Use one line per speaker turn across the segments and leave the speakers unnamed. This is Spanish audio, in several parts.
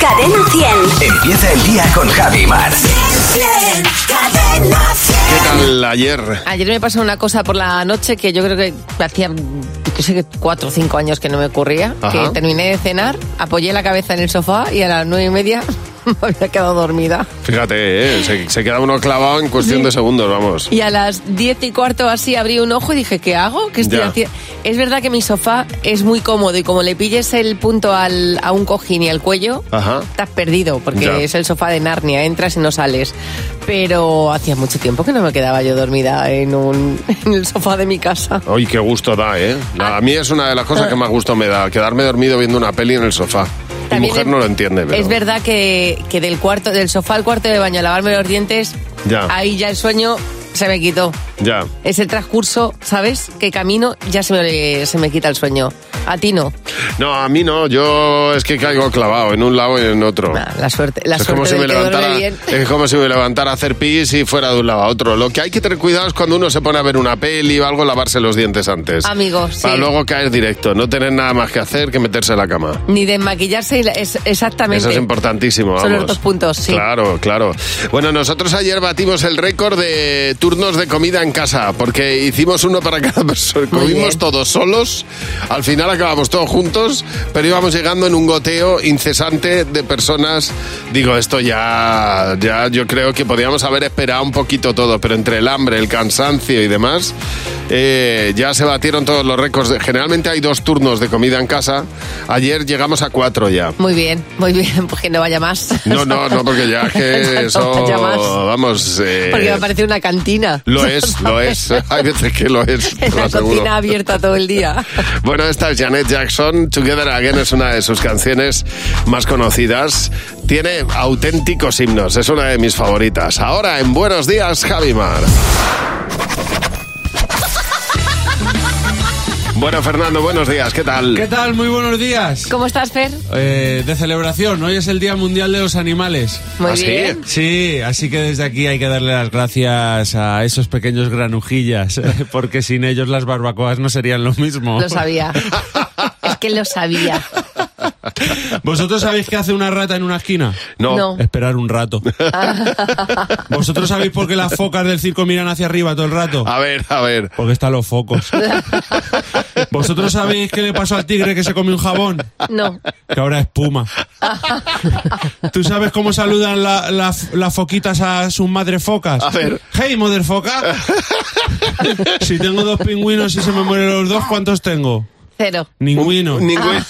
Cadena 100.
Empieza el día con Javi Mar.
Cadena 100.
¿Qué tal ayer?
Ayer me pasó una cosa por la noche que yo creo que hacía, yo sé que cuatro o cinco años que no me ocurría.
Ajá.
Que terminé de cenar, apoyé la cabeza en el sofá y a las nueve y media me había quedado dormida.
Fíjate, eh, se, se queda uno clavado en cuestión de segundos, vamos.
Y a las diez y cuarto así abrí un ojo y dije, ¿qué hago? ¿Qué estoy
Ya.
haciendo? Es verdad que mi sofá es muy cómodo y como le pilles el punto al- a un cojín y al cuello,
Ajá.
estás perdido porque
Ya.
es el sofá de Narnia, entras y no sales. Pero hacía mucho tiempo que no me quedaba yo dormida en, un, en el sofá de mi casa.
Ay, qué gusto da, ¿eh? La- a mí es una de las cosas que más gusto me da, quedarme dormido viendo una peli en el sofá. Mi
También
mujer
es-
no lo entiende, pero...
Es verdad que, que del cuarto, del sofá al cuarto de baño a lavarme los dientes,
Ya.
ahí ya el sueño se me quitó.
Ya.
Es el transcurso, ¿sabes? Que camino ya se me, se me quita el sueño. A ti no.
No, a mí no, yo es que caigo clavado en un lado y en otro.
Ah, La suerte, la
es,
suerte
como si
del
me
que duerme
levantara,
bien.
es como si me levantara a hacer pis y fuera de un lado a otro. Lo que hay que tener cuidado es cuando uno se pone a ver una peli o algo, lavarse los dientes antes.
Amigos, sí.
Para luego caer directo, no tener nada más que hacer que meterse en la cama.
Ni desmaquillarse, y la- es, exactamente.
Eso es importantísimo, vamos.
Son los dos puntos, sí.
Claro, claro. Bueno, nosotros ayer batimos el récord de turnos de comida en casa, porque hicimos uno para cada persona.
Muy
Comimos
bien.
todos solos, al final acabamos todos juntos, pero íbamos llegando en un goteo incesante de personas. Digo, esto ya, ya yo creo que podíamos haber esperado un poquito todo, pero entre el hambre, el cansancio y demás, eh, ya se batieron todos los récords. Generalmente hay dos turnos de comida en casa, ayer llegamos a cuatro ya.
Muy bien, muy bien, porque no vaya más.
No, no, no, porque ya es que
No
eso,
vaya más.
vamos, eh,
Porque me parece una cantina.
lo es, lo es. Hay veces que lo es, te lo
La
aseguro.
cocina abierta todo el día.
Bueno, esta es Janet Jackson. Together Again es una de sus canciones más conocidas. Tiene auténticos himnos, es una de mis favoritas. Ahora en Buenos Días, Javimar. Bueno, Fernando, buenos días, ¿qué tal?
¿Qué tal? Muy buenos días.
¿Cómo estás, Fer?
Eh, de celebración, hoy es el Día Mundial de los Animales.
Muy
¿Ah, sí?
bien.
Sí, así que desde aquí hay que darle las gracias a esos pequeños granujillas, eh, porque sin ellos las barbacoas no serían lo mismo.
Lo sabía. es que lo sabía.
¿Vosotros sabéis qué hace una rata en una esquina?
No.
No.
Esperar un rato. ¿Vosotros sabéis por qué las focas del circo miran hacia arriba todo el rato?
A ver, a ver.
Porque están los focos. ¿Vosotros sabéis qué le pasó al tigre que se comió un jabón?
No.
que ahora es Puma. ¿Tú sabes cómo saludan la- la- las foquitas a sus madres focas?
A ver.
Hey, mother foca. si tengo dos pingüinos y se me mueren los dos, ¿cuántos tengo?
Cero. Ah.
Ninguno.
Ningún...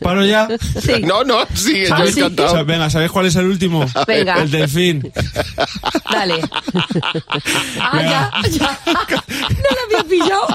¿Paro ya.
Sí.
No, no, sigue, yo
Ah,
he
sí.
O sea,
encantado.
venga, ¿sabéis cuál es el último?
Venga.
El delfín.
Dale. Ah, ya, ya. No lo había pillado.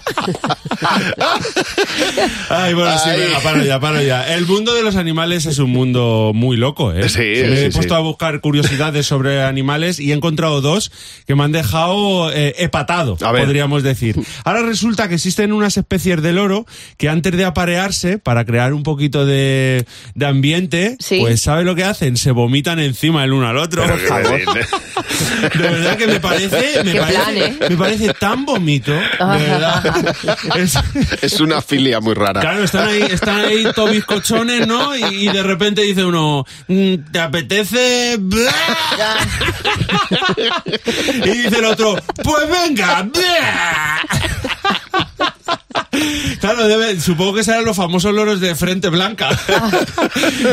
Ay, bueno, sí,
Ay.
venga, paro ya, paro ya. El mundo de los animales es un mundo muy loco, ¿eh?
Sí,
Me he
sí,
puesto
sí.
a buscar curiosidades sobre animales y he encontrado dos que me han dejado eh, epatado,
A ver.
podríamos decir. Ahora resulta que existen unas especies de loro que antes de aparearse, para crear un poquito de, de ambiente,
Sí.
pues ¿sabe lo que hacen? Se vomitan encima el uno al otro.
Pero qué decir.
De verdad que me parece, me
Qué
parece,
plan, ¿eh?
me parece tan vomito, de verdad. Es-
Es una filia muy rara.
Claro, están ahí, están ahí todos bizcochones, ¿no? Y, y de repente dice uno, "Mm, ¿te apetece? Bla". Y dice el otro, pues venga. bla". Claro, debe- supongo que serán los famosos loros de frente blanca.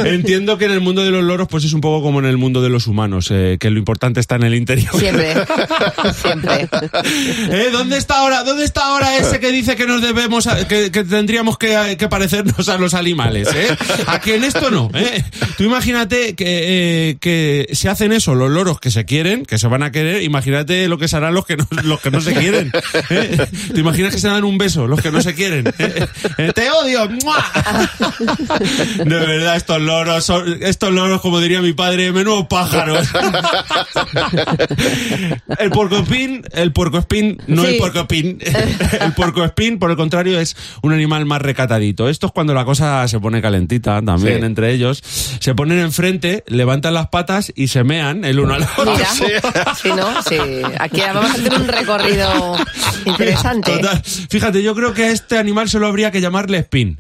Entiendo que en el mundo de los loros, pues es un poco como en el mundo de los humanos, eh, que lo importante está en el interior.
Siempre. Siempre.
Eh, ¿Dónde está ahora? ¿Dónde está ahora ese que dice que nos debemos, a- que, que tendríamos que, que parecernos a los animales? eh? A que en esto no. eh? Tú imagínate que, eh, que se hacen eso los loros que se quieren, que se van a querer. Imagínate lo que serán los que no, los que no se quieren. eh. ¿Te imaginas que se dan un beso los que no se quieren? eh? Eh, Te odio. ¡mua! De verdad estos loros, son- estos loros como diría mi padre, menudo pájaros. El puercoespín, el puercoespín, no
Sí.
el puercoespín. El puercoespín, por el contrario, es un animal más recatadito. Esto es cuando la cosa se pone calentita también
Sí.
entre ellos. Se ponen enfrente, levantan las patas y se mean el uno al otro.
Mira. Sí, ¿no? Sí. Aquí vamos a hacer un recorrido interesante.
Total. Fíjate, yo creo que es- este animal solo habría que llamarle spin.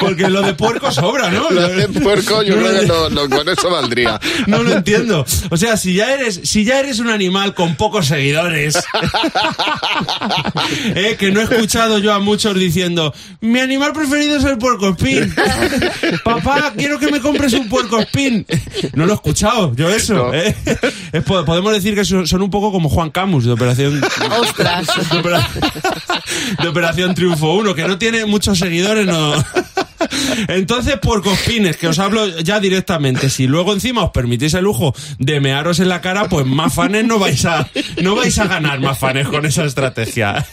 Porque lo de puerco sobra, ¿no?
Lo de puerco yo
No lo
creo que
de-
no, no, con eso valdría.
No lo entiendo. O sea, si ya eres, si ya eres un animal con pocos seguidores, eh, que no he escuchado yo a muchos diciendo, mi animal preferido es el puerco espín. Papá, quiero que me compres un puerco espín. No lo he escuchado yo eso.
No.
eh. Es po- podemos decir que son son un poco como Juan Camus de Operación
Ostras.
de, Opera- de Operación Triunfo 1, que no tiene muchos seguidores, no. Entonces, por cospines, que os hablo ya directamente, si luego encima os permitís el lujo de mearos en la cara, pues más fanes no vais a, no vais a ganar más fanes con esa estrategia.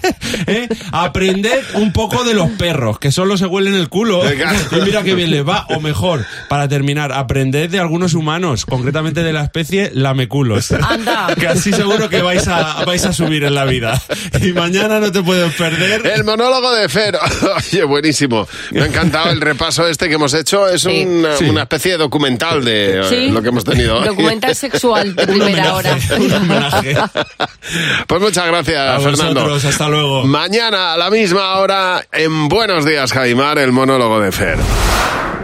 ¿Eh? Aprended un poco de los perros, que solo se huelen el culo.
Venga.
Y mira qué bien les va. O mejor, para terminar, aprended de algunos humanos, concretamente de la especie lameculos.
Anda.
Que así seguro que vais a, vais a subir en la vida. Y mañana no te puedes perder.
El monólogo de Fer. Oye, buenísimo. Me ha encantado el repaso este que hemos hecho. Es
Sí.
una,
Sí.
una especie de documental de eh,
Sí,
lo que hemos tenido hoy.
Documental sexual de
Un
primera
homenaje,
hora.
un homenaje.
Pues muchas gracias,
A
Fernando.
vosotros, hasta luego.
Mañana a la misma hora en Buenos Días, Jaimar, el monólogo de Fer.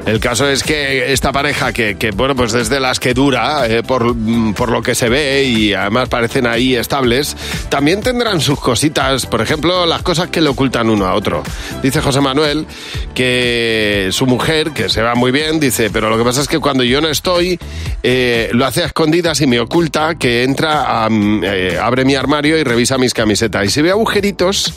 El caso es que esta pareja, que, que, bueno, pues desde las que dura, eh, por, mm, por lo que se ve y además parecen ahí estables, también tendrán sus cositas, por ejemplo, las cosas que le ocultan uno a otro. Dice José Manuel que su mujer, que se va muy bien, dice, pero lo que pasa es que cuando yo no estoy, eh, lo hace a escondidas y me oculta que entra, a, mm, eh, abre mi armario y revisa mis camisetas. Y si ve agujeritos,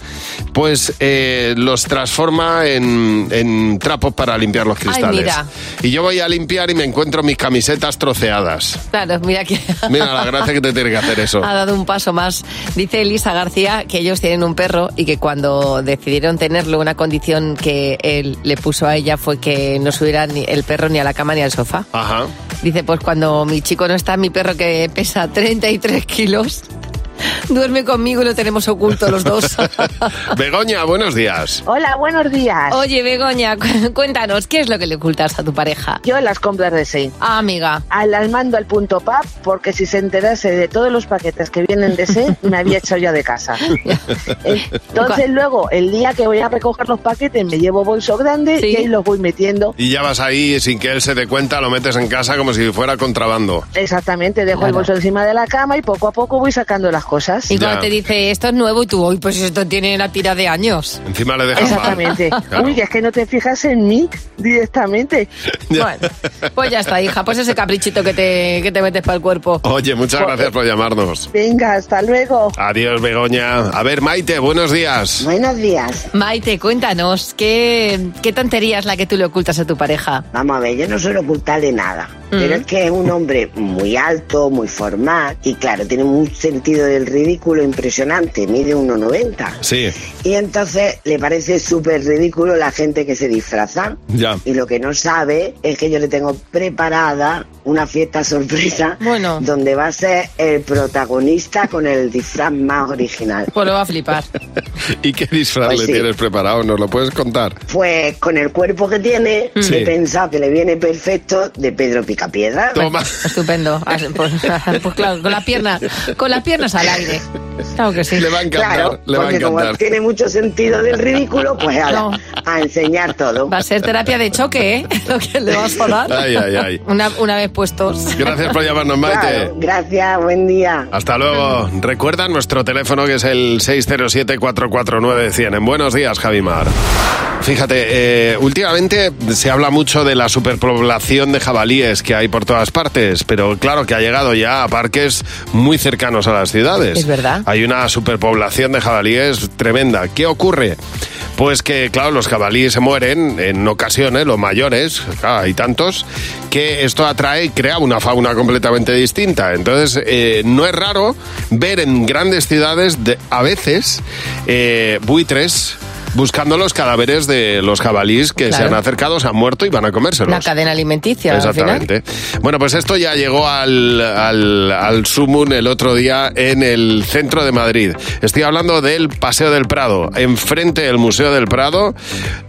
pues eh, los transforma en, en trapos para limpiar los cristales.
mira.
Y yo voy a limpiar y me encuentro mis camisetas troceadas.
Claro, mira que...
Mira la gracia que te tiene que hacer eso.
Ha dado un paso más. Dice Elisa García que ellos tienen un perro y que cuando decidieron tenerlo, una condición que él le puso a ella fue que no subiera ni el perro ni a la cama ni al sofá.
Ajá.
Dice, pues cuando mi chico no está, mi perro que pesa 33 kilos, duerme conmigo y lo tenemos oculto los dos.
Begoña, buenos días.
Hola, buenos días.
Oye, Begoña, cu- cuéntanos, ¿qué es lo que le ocultas a tu pareja?
Yo las compras de Sein.
Ah, amiga.
Ah, Las mando al punto pub porque si se enterase de todos los paquetes que vienen de Sein, me había echado ya de casa. Entonces luego, el día que voy a recoger los paquetes, me llevo bolso grande
Sí.
y ahí los voy metiendo.
Y ya vas ahí sin que él se dé cuenta, lo metes en casa como si fuera contrabando.
Exactamente, dejo el
Claro.
bolso encima de la cama y poco a poco voy sacando las cosas.
Y
Ya.
cuando te dice, esto es nuevo, y tú, hoy pues esto tiene la tira de años.
Encima le dejas mal.
Exactamente.
Claro.
Uy, que es que no te fijas en mí directamente.
Ya.
Bueno, pues ya está, hija, pues ese caprichito que te, que te metes para el cuerpo.
Oye, muchas gracias por llamarnos.
Venga, hasta luego.
Adiós, Begoña. A ver, Maite, buenos días.
Buenos días.
Maite, cuéntanos, ¿qué, ¿qué tontería es la que tú le ocultas a tu pareja?
Vamos a ver, yo no suelo ocultarle nada. Pero es que es un hombre muy alto, muy formal y claro, tiene un sentido del ridículo impresionante, mide 1,90.
Sí,
Y entonces le parece súper ridículo la gente que se disfraza.
ya.
Y lo que no sabe es que yo le tengo preparada una fiesta sorpresa
Bueno.
donde va a ser el protagonista con el disfraz más original.
Pues lo va a flipar.
¿Y qué disfraz
Pues
le
sí.
tienes preparado? ¿Nos lo puedes contar?
Pues con el cuerpo que tiene,
Mm.
Sí.
he pensado que le viene perfecto de Pedro Picapiedra.
Toma.
Estupendo. Ah, Pues, pues claro, con las piernas, con las piernas al aire. Claro que Pues sí.
Le va a encantar,
Claro,
le va a
porque como
encantar.
tiene mucho sentido del ridículo, pues a,
No.
a enseñar todo.
Va a ser terapia de choque, ¿eh? Lo que le vas a dar.
Ay, ay, ay.
Una, una vez puestos.
Gracias por llamarnos, Maite.
Claro, gracias, buen día.
Hasta luego. Recuerda nuestro teléfono que es el 607-449-100. En buenos días, Javimar. Fíjate, eh, últimamente se habla mucho de la superpoblación de jabalíes que hay por todas partes, pero claro que ha llegado ya a parques muy cercanos a las ciudades.
Es verdad.
Hay una superpoblación de jabalíes tremenda. ¿Qué ocurre? Pues que, claro, los jabalíes se mueren en ocasiones, los mayores, claro, hay tantos, que esto atrae y crea una fauna completamente distinta. Entonces, eh, no es raro ver en grandes ciudades, de- a veces, eh, buitres buscando los cadáveres de los jabalís que se
Claro.
han acercado, se han muerto y van a comérselos.
La cadena alimenticia, al final.
Exactamente. Bueno, pues esto ya llegó al, al, al sumum el otro día en el centro de Madrid. Estoy hablando del Paseo del Prado. Enfrente del Museo del Prado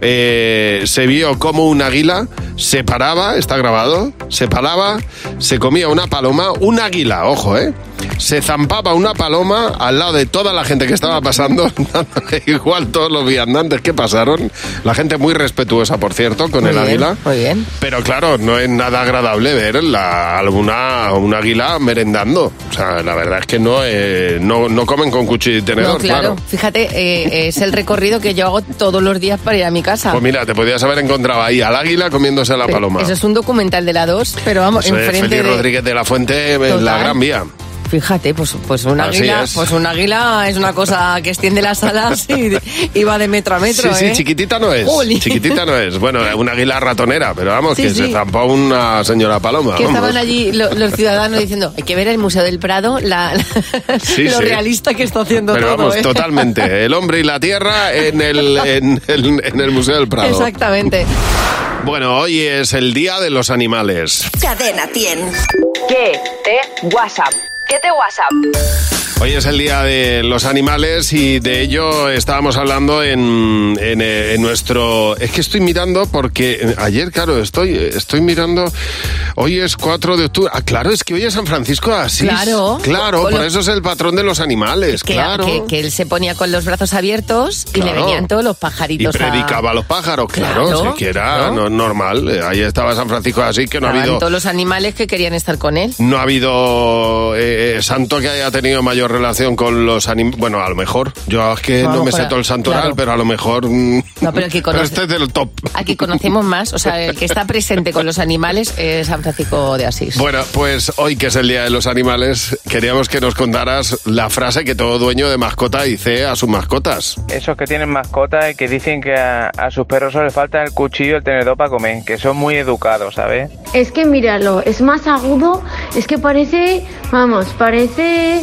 eh, se vio como un águila se paraba, está grabado, se paraba, se comía una paloma, un águila, ojo, ¿eh? Se zampaba una paloma al lado de toda la gente que estaba pasando, dándole igual todos los viandantes que pasaron. La gente muy respetuosa, por cierto, con
Muy
el
bien,
águila.
Muy bien.
Pero claro, no es nada agradable ver la, alguna, un águila merendando. O sea, la verdad es que no, eh, no, no comen con cuchillo y tenedor,
no, claro.
claro.
Fíjate, eh, es el recorrido que yo hago todos los días para ir a mi casa.
Pues mira, te podías haber encontrado ahí al águila comiéndose a la
Pero
paloma.
Eso es un documental de la 2, pero vamos,
Eso es
enfrente
Félix
de...
Rodríguez de la Fuente en la
Total.
Gran Vía.
Fíjate, pues, pues un
Así
águila,
es.
pues un águila es una cosa que extiende las alas y, y va de metro a metro,
sí,
¿eh?
sí, chiquitita no es.
Jolín.
Chiquitita no es. Bueno, una águila ratonera, pero vamos,
Sí,
que se
sí.
zampó una señora paloma.
Que
vamos.
estaban allí lo- los ciudadanos diciendo, hay que ver el Museo del Prado, la, la-
Sí,
lo
sí.
realista que está haciendo
Pero
todo.
vamos,
¿eh?
totalmente. El hombre y la tierra en el, en el, en el Museo del Prado.
Exactamente.
Pues Bueno, hoy es el Día de los Animales.
Cadena 100.
¿Qué te WhatsApp? ¿Qué te WhatsApp?
Hoy es el día de los animales y de ello estábamos hablando en, en, eh, en nuestro... Es que estoy mirando porque eh, ayer, claro, estoy, estoy mirando... Hoy es 4 de octubre. Ah, claro, es que hoy es San Francisco de Asís.
Claro.
Claro,
Con
por
lo-
eso es el patrón de los animales,
Que,
claro.
que- que él se ponía con los brazos abiertos y le
Claro.
venían todos los
Y
pajaritos. a-
predicaba a los pájaros, claro,
Claro,
si que era
¿no?
no- normal. Eh, Ahí estaba San Francisco de Asís, que no ha
Estaban
habido...
todos los animales que querían estar con él.
No ha habido eh, eh, santo que haya tenido mayor relación con los animales. Bueno, a lo mejor. Yo es que
No,
no me
para-
sé todo el santoral,
claro.
pero a lo mejor. No,
No, pero el que conoce-
este es del top.
Al que conocemos más, o sea, el que está presente con los animales es San Francisco de Asís.
Bueno, pues hoy que es el Día de los Animales, queríamos que nos contaras la frase que todo dueño de mascota dice a sus mascotas.
Esos que tienen mascotas y que dicen que a, a sus perros solo les falta el cuchillo y el tenedor para comer, que son muy educados, ¿sabes?
Es que míralo, es más agudo, es que parece, vamos, parece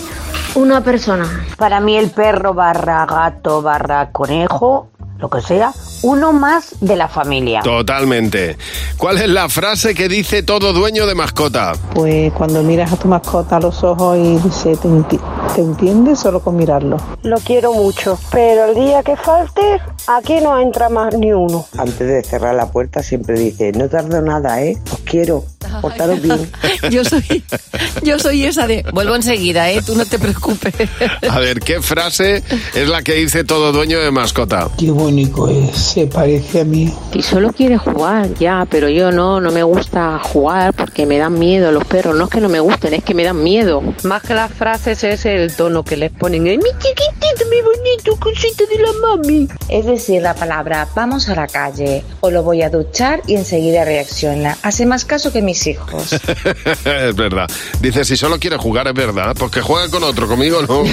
una persona.
Para mí el perro barra gato barra conejo, lo que sea, uno más de la familia.
Totalmente. ¿Cuál es la frase que dice todo dueño de mascota?
Pues cuando miras a tu mascota a los ojos y dice, ¿te, enti- te entiendes solo con mirarlo?
Lo quiero mucho, pero el día que falte, aquí no entra más ni uno.
Antes de cerrar la puerta siempre dice, no tardo nada, ¿eh? Os quiero, portaros bien.
Yo soy, yo soy esa de. Vuelvo enseguida, ¿eh? Tú no te preocupes.
A ver, ¿qué frase es la que dice todo dueño de mascota?
Qué bonito es, se parece a mí.
Y solo quiere jugar, ya, pero yo no, no me gusta jugar porque me dan miedo los perros. No es que no me gusten, es que me dan miedo. Más que las frases es el tono que les ponen. ¡Ay, mi chiquitito, mi bonito, cosita de la mami!
Es decir, la palabra vamos a la calle o lo voy a duchar y enseguida reacciona. Hace más caso que mis hijos.
es verdad. Dice, si solo quiere jugar, es verdad. Porque juega con otro, conmigo no.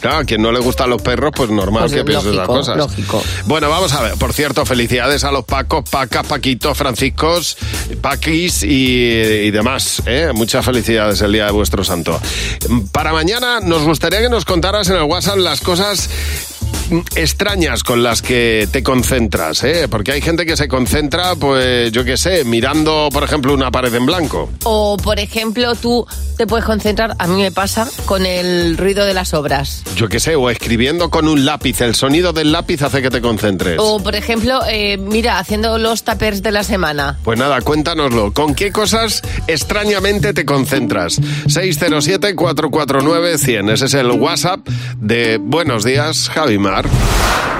claro, a quien no le gustan los perros, pues normal
Pues
que
es
piense esas
lógico,
cosas.
lógico.
Bueno, vamos a ver. Por cierto, felicidades a los Pacos, Pacas, Paquitos, Franciscos, Paquis y, y demás. ¿eh? Muchas felicidades el día de vuestro santo. Para mañana nos gustaría que nos contaras en el WhatsApp las cosas mm, extrañas con las que te concentras, ¿eh? porque hay gente que se concentra, pues yo qué sé, mirando, por ejemplo, una pared en blanco.
O, por ejemplo, tú te puedes concentrar, a mí me pasa, con el ruido de las obras.
Yo qué sé, o escribiendo con un lápiz. El sonido del lápiz hace que te concentres.
O, por ejemplo, eh, mira, haciendo los tapers de la semana.
Pues nada, cuéntanoslo. ¿Con qué cosas extrañamente te concentras? 607-449-100. Ese es el WhatsApp de Buenos Días, Javimar.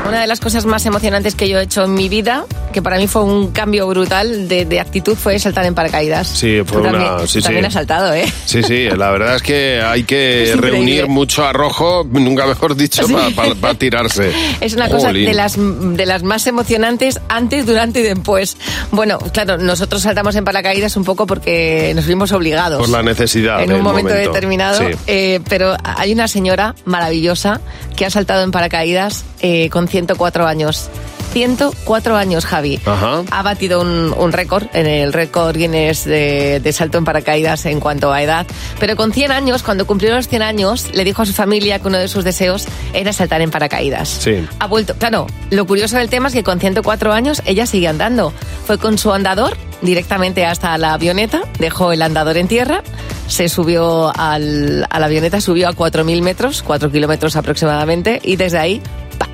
Una de las cosas más emocionantes que yo he hecho en mi vida, que para mí fue un cambio brutal de, de actitud, fue saltar en paracaídas.
Sí, fue
Tú
una-
También,
sí,
tú también
sí.
has saltado, ¿eh?
Sí, sí, la verdad es que hay que
Es increíble.
reunir mucho arrojo, nunca mejor dicho,
Sí.
para tirarse.
Es una cosa
Jolín.
de las, de las más emocionantes antes, durante y después. Bueno, claro, nosotros saltamos en paracaídas un poco porque nos vimos obligados.
Por la necesidad.
en
del
un momento, determinado,
Sí.
eh, pero hay una señora maravillosa que ha saltado en paracaídas eh, con 104 años. 104 años, Javi.
Ajá.
Ha batido un, un récord, en el récord Guinness de, de salto en paracaídas en cuanto a edad. Pero con 100 años, cuando cumplió los 100 años, le dijo a su familia que uno de sus deseos era saltar en paracaídas.
Sí.
Ha vuelto. Claro, lo curioso del tema es que con 104 años ella sigue andando. Fue con su andador directamente hasta la avioneta, dejó el andador en tierra, se subió al, a la avioneta, subió a 4.000 metros, 4 kilómetros aproximadamente, y desde ahí ¡pa!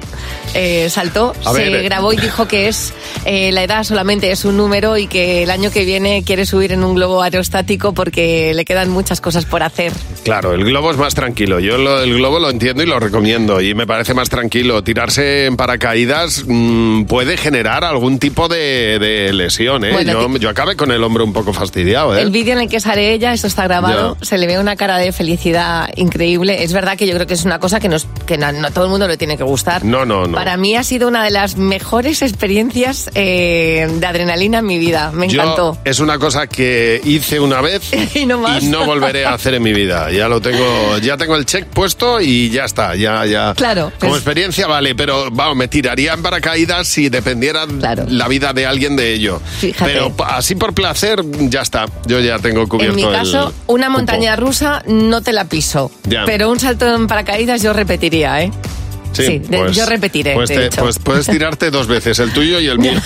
Eh, saltó,
A
se
ver, eh.
grabó y dijo que es eh, la edad solamente es un número y que el año que viene quiere subir en un globo aerostático porque le quedan muchas cosas por hacer.
Claro, el globo es más tranquilo. Yo lo- el globo lo entiendo y lo recomiendo. Y me parece más tranquilo. Tirarse en paracaídas mm, puede generar algún tipo de, de lesión. ¿eh?
Bueno,
yo, yo acabé con el hombro un poco fastidiado. ¿eh?
El vídeo en el que sale ella, eso está grabado, se le ve una cara de felicidad increíble. Es verdad que yo creo que es una cosa que, nos, que no, no a todo el mundo le tiene que gustar.
No, no, no.
Para mí ha sido una de las mejores experiencias eh, de adrenalina en mi vida. Me
Yo-
encantó.
es una cosa que hice una vez
y no más.
volveré a hacer en mi vida. Ya lo tengo, ya tengo el check puesto y ya está, ya, ya.
Claro,
Como
pues-
experiencia vale, pero vamos, me tiraría en paracaídas si dependiera la vida de alguien de ello.
Fíjate.
Pero pa- así por placer, ya está. Yo ya tengo
En
cubierto
mi caso,
el.
una montaña rusa no te la piso.
Ya.
Pero un salto en paracaídas yo repetiría, ¿eh? sí, de- yo repetiré,
Pues,
de hecho.
pues puedes tirarte dos veces, el tuyo y el mío.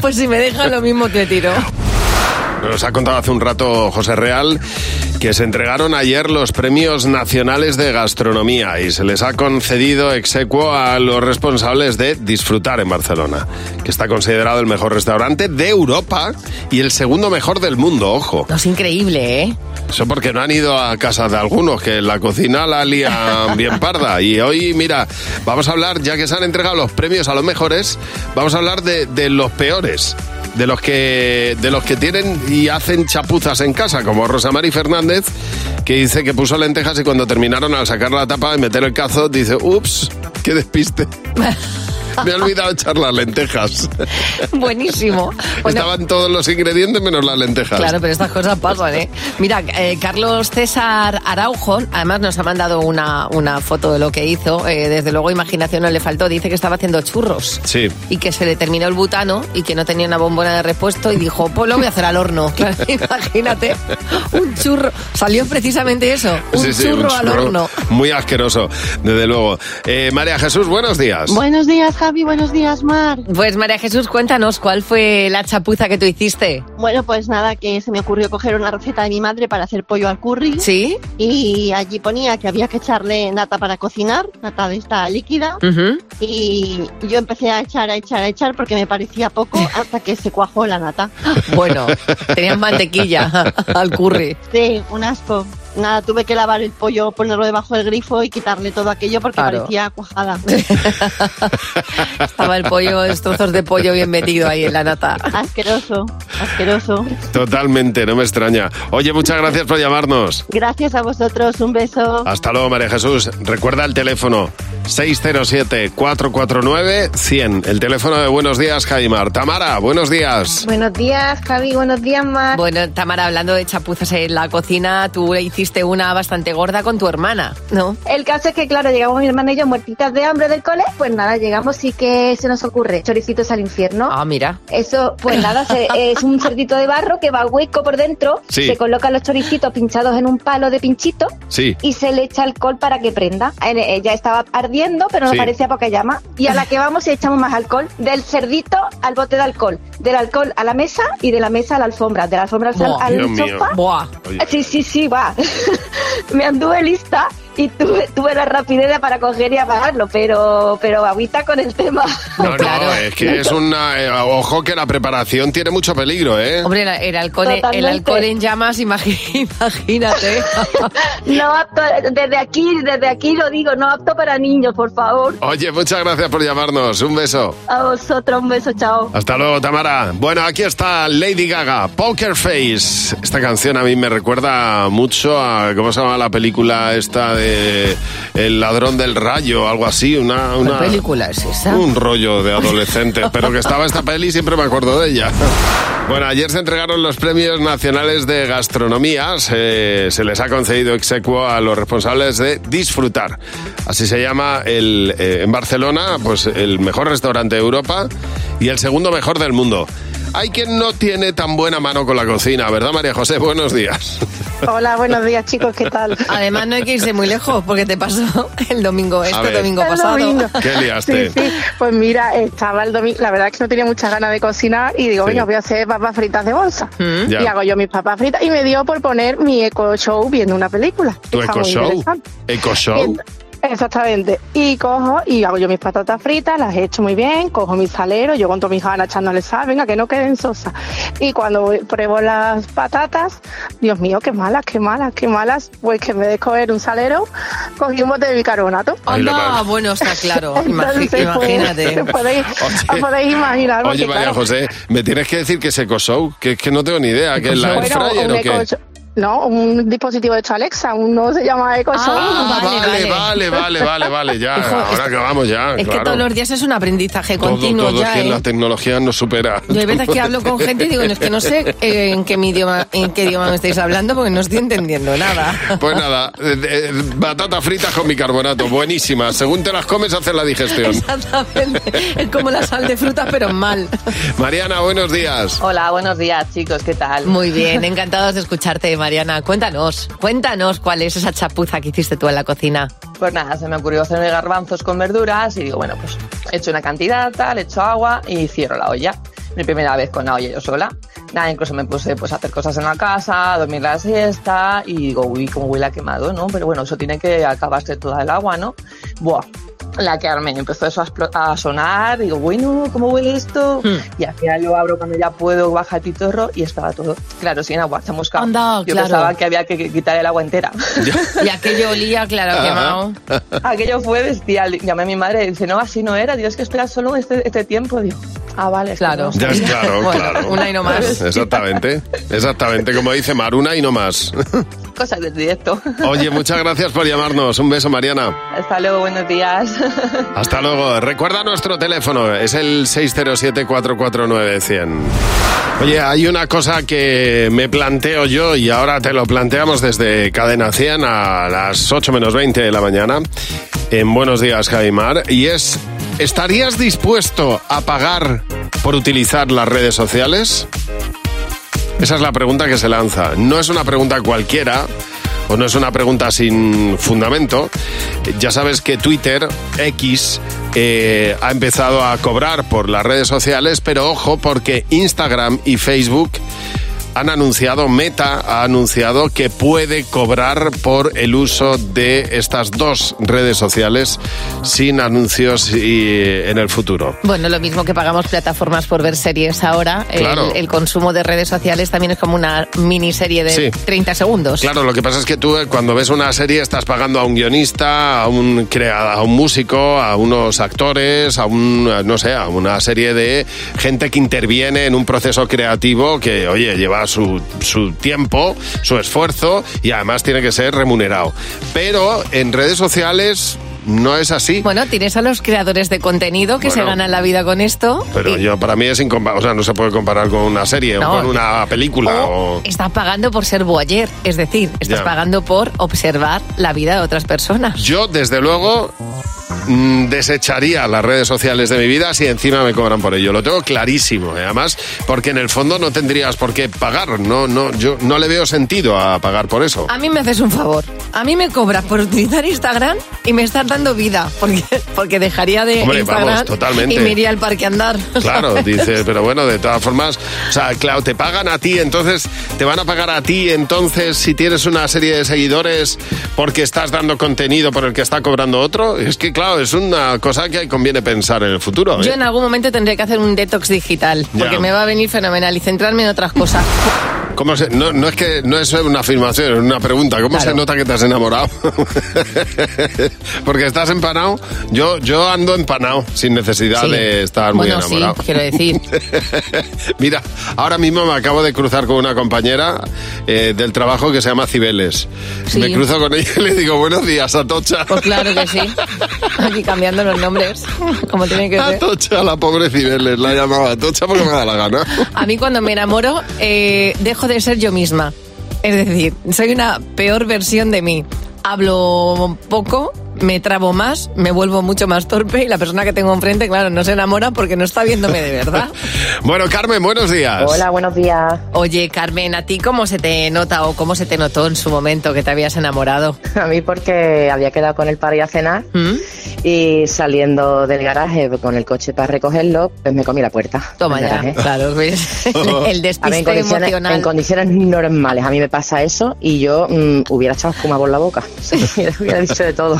Pues si me dejan lo mismo te tiro.
Nos ha contado hace un rato José Real que se entregaron ayer los premios nacionales de gastronomía y se les ha concedido execuo a los responsables de Disfrutar en Barcelona, que está considerado el mejor restaurante de Europa y el segundo mejor del mundo, ojo.
Es increíble, ¿eh?
Eso porque no han ido a casa de algunos, que la cocina la lían bien parda. Y hoy, mira, vamos a hablar, ya que se han entregado los premios a los mejores, vamos a hablar de, de los peores. De los, que, de los que tienen y hacen chapuzas en casa, como Rosamari Fernández, que dice que puso lentejas y cuando terminaron al sacar la tapa y meter el cazo, dice, ups, qué despiste. Me he olvidado echar las lentejas.
Buenísimo. Bueno,
Estaban todos los ingredientes menos las lentejas.
Claro, pero estas cosas pasan, ¿eh? Mira, eh, Carlos César Araujo, además nos ha mandado una, una foto de lo que hizo. eh, desde luego, imaginación no le faltó. Dice que estaba haciendo churros
Sí.
y que se le terminó el butano y que no tenía una bombona de repuesto y dijo, pues lo voy a hacer al horno. Claro, imagínate, un churro. Salió precisamente eso, un
Sí, sí,
churro
un
al
churro
horno.
Muy asqueroso, desde luego. Eh, María Jesús, buenos días.
Buenos días, Javi. Buenos días, Mar. Pues María Jesús, cuéntanos cuál fue la chapuza que tú hiciste.
Bueno, pues nada, que se me ocurrió coger una receta de mi madre para hacer pollo al curry.
Sí.
Y allí ponía que había que echarle nata para cocinar, nata de esta líquida.
Ujú.
Y yo empecé a echar, a echar, a echar porque me parecía poco hasta que se cuajó la nata.
Bueno, tenían mantequilla al curry.
Sí, un asco. Nada, tuve que lavar el pollo, ponerlo debajo del grifo y quitarle todo aquello porque
Claro.
parecía cuajada.
Estaba el pollo, trozos de pollo bien metido ahí en la nata.
Asqueroso, asqueroso.
Totalmente, no me extraña. Oye, muchas gracias por llamarnos.
Gracias a vosotros, un beso.
Hasta luego, María Jesús. Recuerda el teléfono 607-449-100. El teléfono de Buenos Días, Jaimar. Tamara, buenos días.
Buenos días, Javi. Buenos días, Mar. Bueno, Tamara, hablando de chapuzas en la cocina, tú le hiciste una bastante gorda con tu hermana, ¿no?
El caso es que, claro, llegamos mi hermana y yo muertitas de hambre del cole, pues nada, llegamos y que se nos ocurre choricitos al infierno.
Ah, mira.
Eso, pues nada, se- es un cerdito de barro que va hueco por dentro,
Sí.
se colocan los choricitos pinchados en un palo de pinchito
Sí.
y se le echa alcohol para que prenda. En- eh, Ya estaba ardiendo, pero no
Sí.
parecía poca llama. Y a la que vamos y echamos más alcohol, del cerdito al bote de alcohol, del alcohol a la mesa y de la mesa a la alfombra, de la alfombra al,
Buah.
al
Dios mío.
sofá.
Buah.
Sí, sí, sí, va. Me anduve lista y tuve, tuve la rapidez para coger y apagarlo, pero, pero agüita con el tema.
No, no, es que es una. eh, ojo que la preparación tiene mucho peligro, ¿eh?
Hombre, la- el alcohol, el
Totalmente.
alcohol en llamas, imagi- imagínate.
No apto, desde aquí, desde aquí lo digo, no apto para niños, por favor.
Oye, muchas gracias por llamarnos. Un beso.
A vosotros un beso, chao.
Hasta luego, Tamara. Bueno, aquí está Lady Gaga, Poker Face. Esta canción a mí me recuerda mucho a, ¿cómo se llama la película esta de de El ladrón del rayo, algo así, una... una
película es esa?
Un rollo de adolescente, pero que estaba esta peli y siempre me acuerdo de ella. Bueno, ayer se entregaron los premios nacionales de gastronomía. Se, se les ha concedido execuo a los responsables de Disfrutar. Así se llama el, eh, en Barcelona, pues el mejor restaurante de Europa y el segundo mejor del mundo. Hay quien no tiene tan buena mano con la cocina, ¿verdad, María José? Buenos días.
Hola, buenos días chicos, ¿qué tal?
Además no hay que irse muy lejos porque te pasó el domingo, este
ver.
domingo
El
pasado.
domingo.
¿Qué liaste?
Sí, sí. Pues mira, estaba el domingo, la verdad es que no tenía muchas ganas de cocinar y digo,
Sí.
venga, voy a hacer papas fritas de bolsa.
Mm. Ya.
Y hago yo mis papas fritas y me dio por poner mi eco show viendo una película.
¿Tu
que está
eco
muy
show?
interesante.
¿Eco show?
Bien, Exactamente. Y cojo y hago yo mis patatas fritas, las echo muy bien, cojo mi salero, yo con todas mis ganas echándole sal, venga, que no queden sosas. Y cuando voy- pruebo las patatas, Dios mío, qué malas, qué malas, qué malas, pues que me de coger un salero, cogí un bote de bicarbonato.
Ay, la
Ah, bueno, está claro. Imagi-
Entonces, pues,
imagínate.
os podéis, os podéis imaginar.
Oye,
porque,
María
claro,
José, me tienes que decir que es Eco Show, que es que no tengo ni idea, que es la
bueno,
air fryer
un
o qué.
Echo- no, un dispositivo hecho Alexa, uno se llama Echo Show.
Ah, vale, vale, vale, vale, vale, ya.
Hijo,
ahora que vamos ya,
es que
Ah, claro.
todos los días es un aprendizaje
Todo,
continuo
todo, es
ya.
que
¿eh?
la tecnología nos supera.
Yo hay veces que hablo con gente y digo, no, es que no sé eh, en qué mi idioma, en qué idioma me estáis hablando porque no estoy entendiendo nada.
Pues nada, eh, eh, batatas fritas con bicarbonato, buenísimas. Según te las comes, haces la digestión.
Exactamente. Es como la sal de frutas, pero mal.
Mariana, buenos días.
Hola, buenos días chicos, ¿qué tal?
Muy bien, encantados de escucharte, Mariana. Cuéntanos, cuéntanos cuál es esa chapuza que hiciste tú en la cocina.
Pues nada, se me ocurrió hacerme garbanzos con verduras y digo, bueno, pues echo una cantidad, tal, echo agua y cierro la olla. Mi primera vez con la olla yo sola. Nada, incluso me puse pues a hacer cosas en la casa, a dormir la siesta y digo, uy, cómo huele a quemado, ¿no? Pero bueno, eso tiene que acabarse toda el agua, ¿no? Buah. La que armé, empezó eso a, explo- a sonar, digo, bueno, ¿cómo huele esto?
Hmm.
Y al final lo abro cuando ya puedo, baja el pitorro y estaba todo, claro, sin agua, chamuscado. Yo
claro.
pensaba que había que que quitar el agua entera.
Y aquello olía, claro, quemado.
Aquello fue bestial. Llamé a mi madre y dice, no, así no era, tienes que esperar solo este, este tiempo. Digo, ah, vale. Claro.
Ya es claro, claro.
una y no más.
Exactamente, exactamente. Como dice Mar, una y no más.
Cosas del directo.
Oye, muchas gracias por llamarnos. Un beso, Mariana.
Hasta luego, buenos días.
Hasta luego. Recuerda nuestro teléfono, es el 607-449-100. Oye, hay una cosa que me planteo yo y ahora te lo planteamos desde Cadena 100 a las 8 menos 20 de la mañana en Buenos Días, Jaimar, y es, ¿estarías dispuesto a pagar por utilizar las redes sociales? Esa es la pregunta que se lanza. No es una pregunta cualquiera o no es una pregunta sin fundamento. Eh, Ya sabes que Twitter X eh, ha empezado a cobrar por las redes sociales, pero ojo porque Instagram y Facebook han anunciado, Meta ha anunciado que puede cobrar por el uso de estas dos redes sociales sin anuncios y, en el futuro.
Bueno, lo mismo que pagamos plataformas por ver series ahora, el-
Claro.
el, consumo de redes sociales también es como una miniserie de
Sí.
30 segundos.
Claro, lo que pasa es que tú eh, cuando ves una serie estás pagando a un guionista, a un crea- a un músico, a unos actores, a un a, no sé, a una serie de gente que interviene en un proceso creativo que, oye, lleva su, su tiempo, su esfuerzo y además tiene que ser remunerado. Pero en redes sociales no es así.
Bueno, tienes a los creadores de contenido que se
Bueno.
ganan la vida con esto.
Pero yo para mí es incomparable, o sea, no se puede comparar con una serie
No.
o con una película o...
Estás pagando por ser voyeur, es decir, estás
Ya.
pagando por observar la vida de otras personas.
Yo, desde luego, mm, desecharía las redes sociales de mi vida si encima me cobran por ello. Lo tengo clarísimo, ¿eh? además, porque en el fondo no tendrías por qué pagar. No, no, yo no le veo sentido a pagar por eso.
A mí me haces un favor. A mí me cobras por utilizar Instagram y me estás dando vida, porque, porque dejaría de
Hombre, vamos,
Instagram
totalmente.
y me iría al parque a andar.
Claro,
¿sabes?
dice, pero bueno, de todas formas, o sea, claro, te pagan a ti, entonces te van a pagar a ti, entonces si tienes una serie de seguidores porque estás dando contenido por el que está cobrando otro, es que claro, es una cosa que conviene pensar en el futuro. ¿eh?
Yo en algún momento tendré que hacer un detox digital,
Ya.
porque me va a venir fenomenal y centrarme en otras cosas.
¿Cómo se- no, no es que no es una afirmación, es una pregunta. ¿Cómo se nota que te has enamorado? Porque estás empanado. Yo, yo ando empanado sin necesidad
Sí.
de estar muy
Bueno, sí,
enamorado.
quiero decir.
Mira, ahora mismo me acabo de cruzar con una compañera eh, del trabajo que se llama Cibeles.
Sí.
Me cruzo con ella y le digo buenos días, Atocha.
Pues claro que sí. Aquí cambiando los nombres, como tiene
Ah,
que ser.
Atocha, la pobre Cibeles, la llamaba Atocha porque me da la gana.
A mí cuando me enamoro, eh, dejo de ser yo misma. Es decir, soy una peor versión de mí. Hablo poco, me trabo más, me vuelvo mucho más torpe y la persona que tengo enfrente, claro, no se enamora porque no está viéndome de verdad.
Bueno, Carmen, buenos días.
buenos días. Oye, Carmen, ¿a ti cómo se te nota o cómo se te notó en su momento que te habías enamorado? ¿Mm?
A mí porque había quedado con el padre a cenar y saliendo del garaje con el coche para recogerlo, pues me comí la puerta.
Toma
del
ya,
garaje.
claro, ves. El
¿eh? A ver, en
despiste
condiciones-
emocional.
En condiciones normales, a mí me pasa eso y yo mm, hubiera echado espuma por la boca. hubiera, hubiera dicho de todo.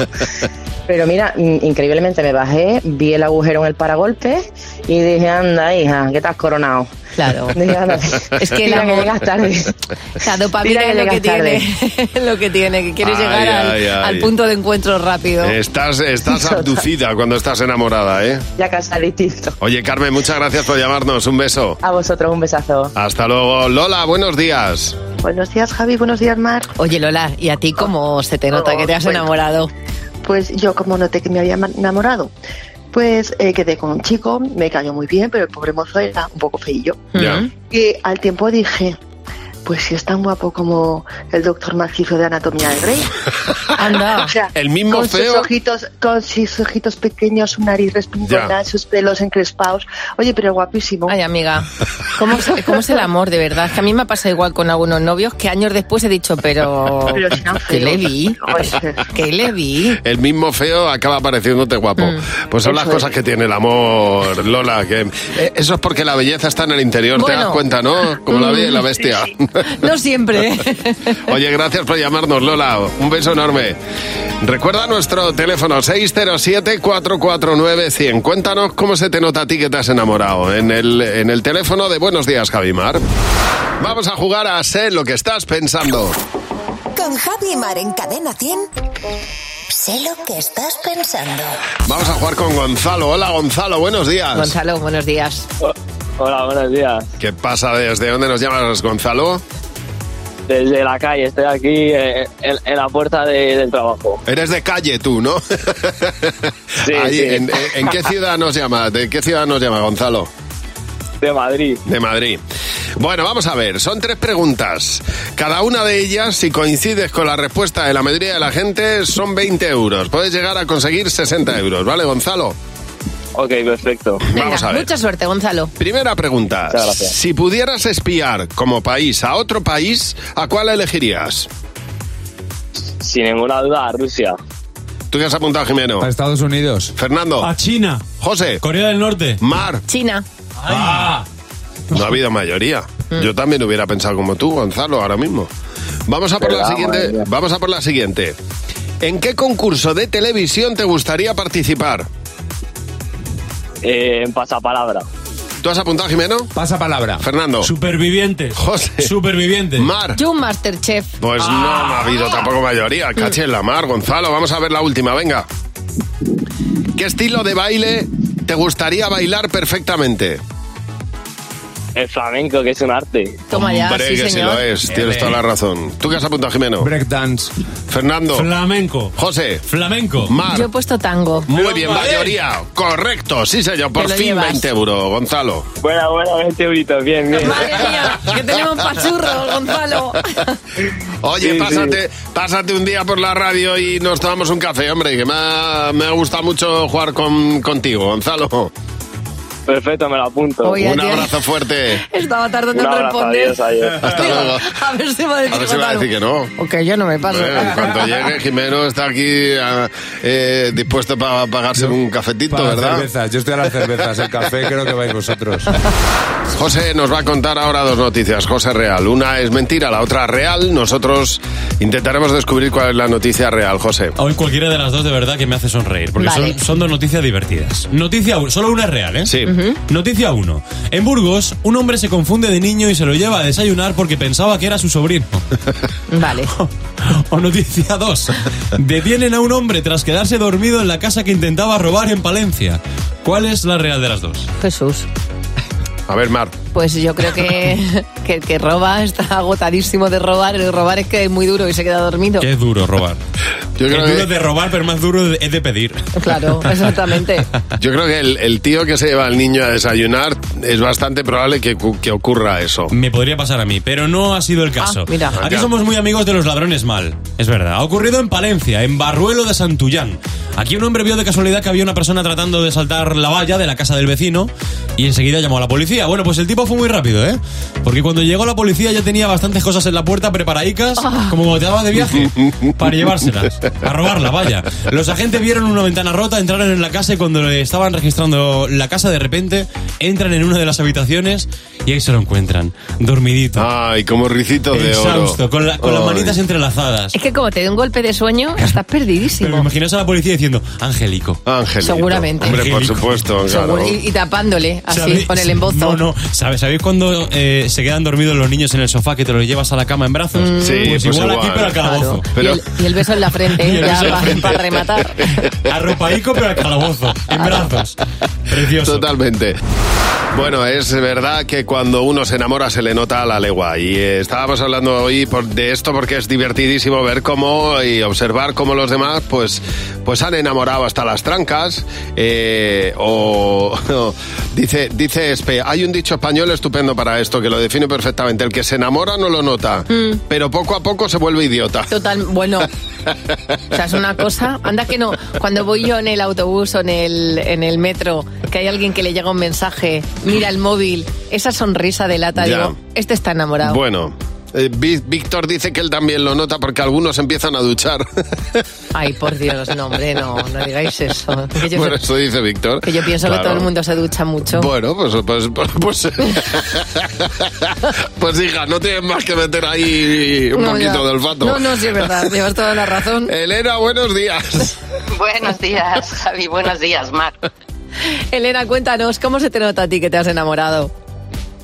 Pero mira, mm, increíblemente me bajé, vi el agujero en el paragolpe y dije, anda, hija, que te has coronado.
Claro.
Dije, "Anda,
Es que el
mira
amor-
llegas tarde.
La dopamina
Mira que
es lo que
llegas
tiene, lo que tiene, que quiere
Ay,
llegar al,
ay, ay.
al punto de encuentro rápido.
Estás, estás abducida cuando estás enamorada, ¿eh?
Ya casa distinto.
Oye, Carmen, muchas gracias por llamarnos. Un beso.
A vosotros un besazo.
Hasta luego. Lola, buenos días.
Buenos días, Javi. Buenos días, Mar. Oh,
Oye, Lola, ¿y a ti cómo se te nota que te has
bueno.
enamorado?
Pues yo, como noté que me había ma- enamorado, pues eh, quedé con un chico, me cayó muy bien, pero el pobre mozo era un poco feillo.
Mm.
Ya.
Y al tiempo dije, pues si es tan guapo como el doctor Marciso de Anatomía del Rey.
Anda.
El mismo
con
feo.
Sus ojitos, con sus ojitos pequeños, su nariz respingona,
Ya.
sus pelos encrespados. Oye, pero guapísimo.
Ay, amiga, ¿cómo, se- cómo es el amor, de verdad? Es que a mí me ha pasado igual con algunos novios que años después he dicho, pero...
Pero si eran
¿Qué
feos.
le vi? ¿Qué le vi?
El mismo feo acaba pareciéndote guapo. pues son
eso
las cosas que tiene el amor, Lola. Que, eh, eso es porque la belleza está en el interior, te
Bueno. Mm.
das cuenta, ¿no? Como la bella y la bestia.
No siempre. ¿eh?
Oye, gracias por llamarnos, Lola. Un beso enorme. Recuerda nuestro teléfono 607-449-100. Cuéntanos cómo se te nota a ti que te has enamorado en el, en el teléfono de Buenos Días, Javimar. Vamos a jugar a Sé lo que estás pensando.
Con Javi Mar en Cadena 100. Sé lo que estás pensando.
Vamos a jugar con Gonzalo. Hola, Gonzalo. Buenos días.
Gonzalo, buenos días.
Hola, buenos días.
¿Qué pasa? ¿Desde dónde nos llamas, Gonzalo?
Desde la calle, estoy aquí eh, en, en la puerta de- del trabajo.
Eres de calle tú, ¿no? Ahí,
sí.
En, en- en qué ciudad nos llama? ¿De qué ciudad nos llama, Gonzalo?
De Madrid.
De Madrid. Bueno, vamos a ver, son tres preguntas. Cada una de ellas, si coincides con la respuesta de la mayoría de la gente, son 20 euros. Puedes llegar a conseguir 60 euros, ¿vale, Gonzalo?
Ok, perfecto.
Vamos a ver.
Mucha suerte, Gonzalo.
Primera pregunta.
Muchas gracias.
Si pudieras espiar como país a otro país, ¿a cuál elegirías?
Sin ninguna duda, Rusia.
¿Tú qué has apuntado, Jimeno?
A Estados Unidos.
Fernando.
Pues, A China.
José.
Corea del Norte.
Mar.
China.
No ha habido mayoría. Yo también hubiera pensado como tú, Gonzalo, ahora mismo. Vamos a por la
Pero
siguiente.
vamos, ya.
Vamos a por la siguiente. ¿En qué concurso de televisión te gustaría participar?
Eh, en pasapalabra.
¿Tú has apuntado, Jimeno?
Pasa palabra.
Fernando.
Supervivientes.
José.
Supervivientes.
Mar.
Yo un Masterchef.
Pues no, no ha habido tampoco mayoría. Cache en la mar, Gonzalo. Vamos a ver la última, venga. ¿Qué estilo de baile te gustaría bailar perfectamente?
El flamenco, que es un arte.
Toma ya,
Hombre,
sí,
que
señor.
si lo es. Tienes toda la razón. ¿Tú qué has apuntado, Jimeno?
Breakdance.
Fernando.
Flamenco.
José.
Flamenco.
Mar.
Yo he puesto tango.
Muy bien, mayoría. Correcto, sí señor. Por
Te lo
fin
llevas.
20 euros, Gonzalo.
Buena, buena, 20 euritos, bien, bien.
Que tenemos pachurros, Gonzalo.
Oye,
Sí, sí.
pásate, pásate un día por la radio y nos tomamos un café, hombre, que me ha, me ha gustado mucho jugar con, contigo, Gonzalo.
Perfecto, me lo apunto.
Oye,
un
tío.
abrazo fuerte.
Estaba tardando
Un
en
abrazo,
responder.
adiós, adiós. Hasta
Digo,
luego.
A ver si va a decir,
A ver si va a
Gonzalo.
decir que no.
Ok, yo no me paso.
Eh, en cuanto llegue, Jimeno está aquí ah, eh, dispuesto para pagarse un cafetito,
Para las
¿verdad?
cervezas. Yo estoy a las cervezas. El café creo que vais vosotros.
José nos va a contar ahora dos noticias, José Real. Una es mentira, la otra real. Nosotros intentaremos descubrir cuál es la noticia real, José.
Hoy cualquiera de las dos de verdad que me hace sonreír, porque
Vale.
son, son dos noticias divertidas. Noticia, un- solo una es real, ¿eh?
Sí.
Noticia 1. En Burgos, un hombre se confunde de niño y se lo lleva a desayunar porque pensaba que era su sobrino.
Vale.
O noticia 2. Detienen a un hombre tras quedarse dormido en la casa que intentaba robar en Palencia. ¿Cuál es la real de las dos?
Jesús.
A ver, Mar.
Pues yo creo que, que el que roba está agotadísimo de robar. El robar es que es muy duro y se queda dormido.
Que es duro robar.
Yo creo
es duro
que-
de robar, pero más duro es de pedir.
Claro, exactamente.
Yo creo que el, el tío que se lleva al niño a desayunar es bastante probable que, cu- que ocurra eso.
Me podría pasar a mí, pero no ha sido el caso.
mira.
Aquí somos muy amigos de los ladrones mal. Es verdad. Ha ocurrido en Palencia, en Barruelo de Santullán. Aquí un hombre vio de casualidad que había una persona tratando de saltar la valla de la casa del vecino y enseguida llamó a la policía. Bueno, pues el tipo fue muy rápido, ¿eh? Porque cuando llegó la policía ya tenía bastantes cosas en la puerta preparadicas, como boteaba de viaje, para llevárselas, a robarla, vaya. Los agentes vieron una ventana rota, entraron en la casa y cuando le estaban registrando la casa, de repente entran en una de las habitaciones y ahí se lo encuentran, dormidito.
Ay, como ricito de oro.
con, la- con las
Ay.
manitas entrelazadas.
Es que como te dé un golpe de sueño, estás
Pero
perdidísimo.
imaginas a la policía diciendo, Angélico.
Angélico.
Seguramente.
Hombre, por supuesto, claro.
Y, y tapándole así,
¿Sabéis-
con el embozo.
No, no. ¿Sabes, ¿Sabéis cuando eh, se quedan dormidos los niños en el sofá que te los llevas a la cama en brazos?
Mm. Sí,
pues,
pues
igual, aquí,
igual.
pero al calabozo.
Claro. Pero-
Y, el, y el beso en la frente,
Y el
¿eh?
beso
ya
en la
para,
frente.
para rematar.
Arropaico, pero al calabozo. En brazos. Precioso.
Totalmente. Bueno, es verdad que cuando uno se enamora se le nota a la legua. Y eh, estábamos hablando hoy por- de esto porque es divertidísimo ver cómo y observar cómo los demás pues, pues han enamorado hasta las trancas. eh, o, o- dice, dice Espe, hay un dicho español estupendo para esto que lo define perfectamente. El que se enamora no lo nota, pero poco a poco se vuelve idiota.
Mm. Total, bueno. O sea, es una cosa. Anda que no. Cuando voy yo en el autobús o en el, en el metro, que hay alguien que le llega un mensaje, mira el móvil, esa sonrisa de lata,
Ya.
digo, este está enamorado.
Bueno. eh, Ví- Víctor dice que él también lo nota porque algunos empiezan a duchar.
Ay, por Dios, no, hombre, no, no digáis eso. Que yo,
bueno, eso dice Víctor.
que yo pienso que
Claro.
todo el mundo se ducha mucho.
Bueno, pues, pues, pues, pues, pues, hija, no tienes más que meter ahí un
No,
poquito
ya.
de olfato.
No, no, sí, es verdad, llevas toda la razón.
Elena, buenos días.
Buenos días, Javi. Buenos días, Mar.
Elena, cuéntanos, ¿cómo se te nota a ti que te has enamorado?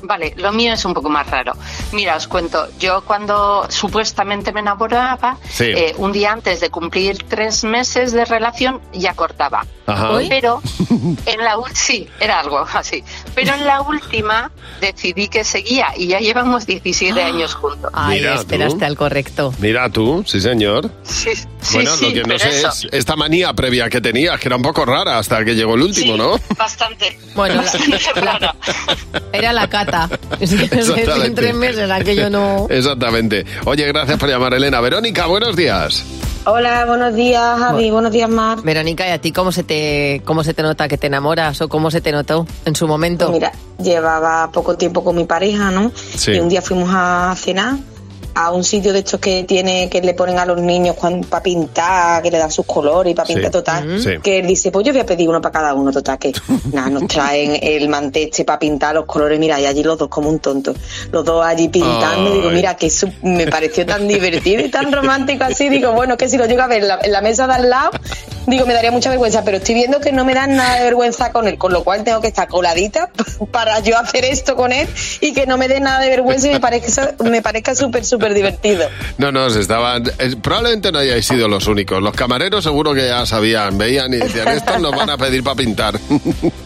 Vale, lo mío es un poco más raro. Mira, os cuento, yo cuando supuestamente me enamoraba,
Sí.
eh, un día antes de cumplir tres meses de relación ya cortaba.
Ajá. ¿Hoy?
Pero en la ul- sí, era algo así. Pero en la última decidí que seguía y ya llevamos 17 años juntos.
Ay,
Mira,
Ah. esperaste
tú.
al correcto.
Mira tú, sí señor.
Sí, sí,
bueno,
sí,
lo que no
pero
sé
eso.
es esta manía previa que tenías, que era un poco rara hasta que llegó el último, ¿no?
Bastante.
Bueno, la- la- era la cata. Es que
Exactamente.
en tres meses aquello no.
Exactamente. Oye, gracias por llamar, Elena. Verónica, buenos días.
Hola, buenos días, Javi.
buenos días, Mar.
Verónica, ¿y a ti cómo se te cómo se te nota que te enamoras o cómo se te notó en su momento?
Mira, llevaba poco tiempo con mi pareja, ¿no?
Sí.
Y un día fuimos a cenar a un sitio de estos que tiene que le ponen a los niños para pintar, que le dan sus colores y para
Sí.
pintar total,
Mm. Sí.
que él dice, pues yo voy a pedir uno para cada uno, total, que nada, nos traen el manteste para pintar los colores, mira, y allí los dos como un tonto, los dos allí pintando,
Ay.
digo, mira, que eso me pareció tan divertido y tan romántico así, digo, bueno, que si lo llego a ver en la, en la mesa de al lado, digo, me daría mucha vergüenza, pero estoy viendo que no me dan nada de vergüenza con él, con lo cual tengo que estar coladita para yo hacer esto con él y que no me dé nada de vergüenza y me parezca, me parezca súper, súper divertido.
No, no, se estaban. eh, Probablemente no hayáis sido los únicos. Los camareros seguro que ya sabían, veían y decían, estos nos van a pedir para pintar.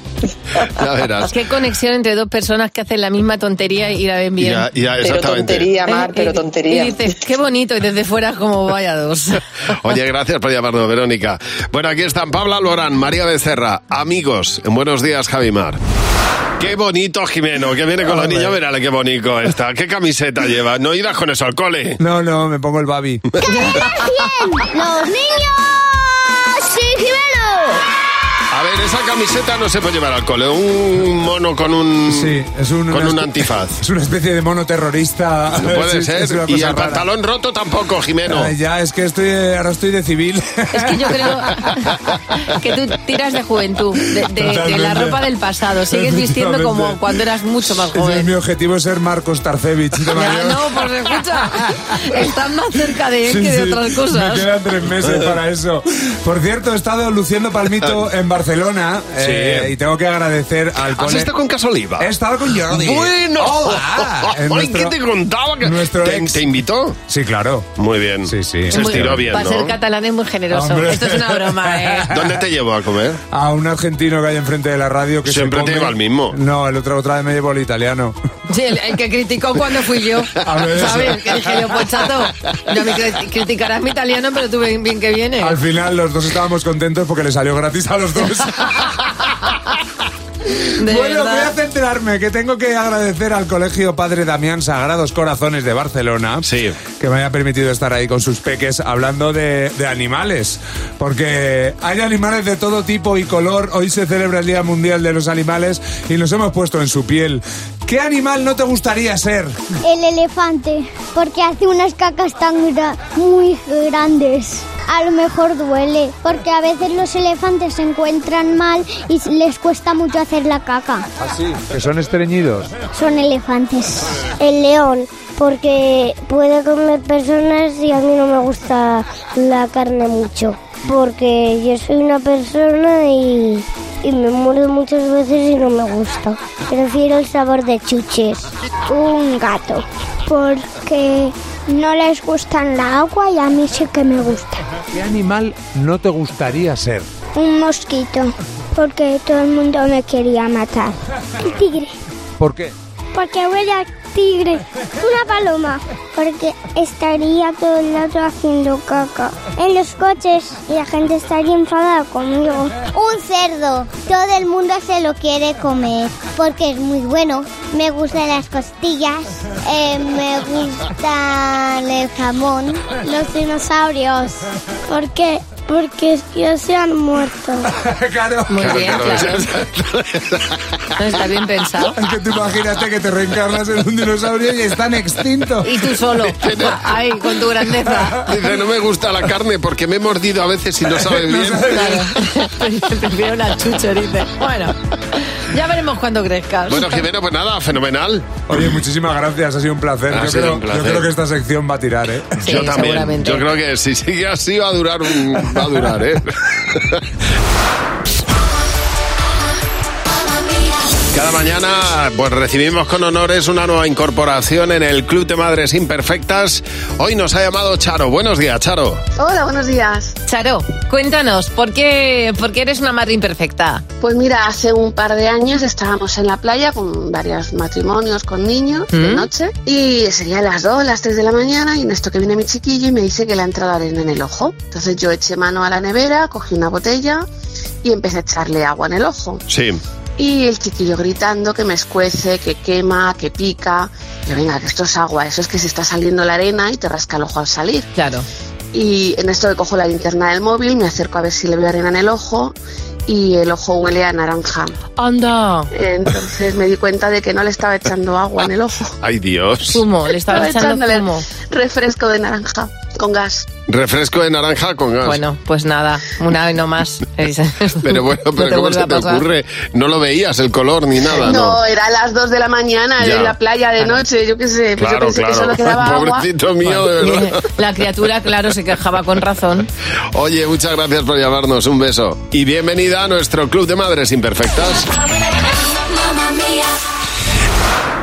ya verás.
Qué conexión entre dos personas que hacen la misma tontería y la ven bien.
Ya, ya, Pero exactamente. tontería, Mar,
Eh,
pero
y-
tontería.
Y dices, qué bonito, y desde fuera es como vaya dos.
Oye, gracias por llamarnos, Verónica. Bueno, aquí están Pablo Alborán, María Becerra, amigos. En buenos días, Javimar. Qué bonito Jimeno, que viene con los
Hombre.
niños. Mírale qué bonito está. ¿Qué camiseta lleva? No irás con eso al cole.
No, no, me pongo el babi.
¡Los niños! ¡Sí,
A ver, esa camiseta no se puede llevar al cole. Un mono con un. Con
una
un
espe-
antifaz.
Es una especie de mono terrorista.
No
Es-
puede
Ah, es
ser.
una
Y
cosa
el
rara.
pantalón roto tampoco, Jimeno.
Ay, ya, es que estoy, eh, ahora estoy de civil.
Es que yo creo que tú tiras de juventud, de, de- de la
Totalmente.
ropa del pasado. Sigues vistiendo como
Efectivamente.
cuando eras mucho más
Ese es
joven.
mi objetivo es ser Marcos Tarcevich. de
Ya,
mayor.
no, pues escucha, estás más cerca de él
Sí,
que de
sí,
otras
Me
cosas.
quedan tres meses para eso. Por cierto, he estado luciendo palmito en Barcelona. Barcelona eh, y tengo que agradecer al
¿Has estado con Casoliva?
He estado con Jordi. Ah,
Bueno.
Hola.
Ay, ¿qué te contaba? Que- ¿Te- te invitó?
Sí, claro.
Muy bien. Sí, sí. Se
Muy-
estiró bien,
Para ser
¿no?
catalán es muy generoso.
Hombre.
Esto es una broma, ¿eh?
¿Dónde te llevó a comer?
A un argentino que hay enfrente de la radio que
Siempre
se
te
come-
lleva al mismo.
No, el otro otra vez me llevó el italiano.
Sí, el, el que criticó cuando fui yo.
A ver.
¿Sabes? Que dije yo, pues chato, ya me cri- criticarás mi italiano, pero tú bien, bien que vienes.
Al final los dos estábamos contentos porque le salió gratis a los dos.
De
bueno,
verdad.
voy a centrarme, que tengo que agradecer al Colegio Padre Damián Sagrados Corazones de Barcelona, que me haya permitido estar ahí con sus peques hablando de, de animales, porque hay animales de todo tipo y color, hoy se celebra el Día Mundial de los Animales y nos hemos puesto en su piel. ¿Qué animal no te gustaría ser?
El elefante, porque hace unas cacas tan gra- muy grandes. A lo mejor duele, porque a veces los elefantes se encuentran mal y s- les cuesta mucho hacer la caca.
Ah, Que son estreñidos.
Son elefantes. El león, porque puede comer personas y a mí no me gusta la carne mucho. Porque yo soy una persona y, y me muero muchas veces y no me gusta. Prefiero el sabor de chuches. Un gato, porque no les gustan la agua y a mí sí que me gusta.
¿Qué animal no te gustaría ser?
Un mosquito, porque todo el mundo me quería matar. El tigre.
¿Por qué?
Porque huele a tigre. Una paloma. Porque estaría todo el rato haciendo caca. En los coches y la gente estaría enfadada conmigo. Un cerdo. Todo el mundo se lo quiere comer. Porque es muy bueno. Me gustan las costillas. eh, me gusta el jamón. Los dinosaurios. ¿Por qué? Porque ya se han muerto.
claro.
Muy
Claro,
bien,
claro.
claro. No, Está bien pensado.
Es que tú imagínate que te reencarnas en un dinosaurio y están extintos.
Y tú solo. Ay, Ah, con tu grandeza.
Dice, no me gusta la carne porque me he mordido a veces y no sabe bien.
Claro. Prefiero la chucha, dice. Bueno, ya veremos cuando crezcas.
Bueno, Jimeno, pues nada, fenomenal.
Oye, muchísimas gracias, ha sido un placer.
Ha
yo,
sido
creo,
un placer.
yo creo que esta sección va a tirar, ¿eh?
Sí, Yo también. seguramente.
Yo creo que si sigue así va a durar, un- va a durar, ¿eh? Cada mañana pues recibimos con honores una nueva incorporación en el Club de Madres Imperfectas. Hoy nos ha llamado Charo. Buenos días, Charo.
Hola, buenos días.
Charo, cuéntanos, ¿por qué, por qué eres una madre imperfecta?
Pues mira, hace un par de años estábamos en la playa con varios matrimonios, con niños, de
¿Mm?
noche, y serían las 2, las 3 de la mañana, y en esto que viene mi chiquillo y me dice que le ha entrado arena en el ojo. Entonces yo eché mano a la nevera, cogí una botella y empecé a echarle agua en el ojo.
Sí.
Y el chiquillo gritando que me escuece, que quema, que pica. Yo, venga, que esto es agua, eso es que se está saliendo la arena y te rasca el ojo al salir.
Claro.
Y en esto que cojo la linterna del móvil, me acerco a ver si le veo arena en el ojo y el ojo huele a naranja.
¡Anda!
Entonces me di cuenta de que no le estaba echando agua en el ojo.
Ay, Dios.
Fumo, le estaba echando
echándole
fumo.
refresco de naranja con gas.
Refresco de naranja con gas.
Bueno, pues nada, una vez no más.
Pero bueno,
No
pero
te
¿cómo
vuelve
se
a
te
pasar.
ocurre? No lo veías el color ni nada, ¿no?
No, era a las 2 de la mañana
Ah, Ya.
en la playa de
Claro.
noche, yo qué sé. Pues
Claro,
yo pensé
claro.
que solo quedaba agua.
Pobrecito mío, de verdad.
La criatura, claro, se quejaba con razón.
Oye, muchas gracias por llamarnos. Un beso. Y bienvenida a nuestro Club de Madres Imperfectas.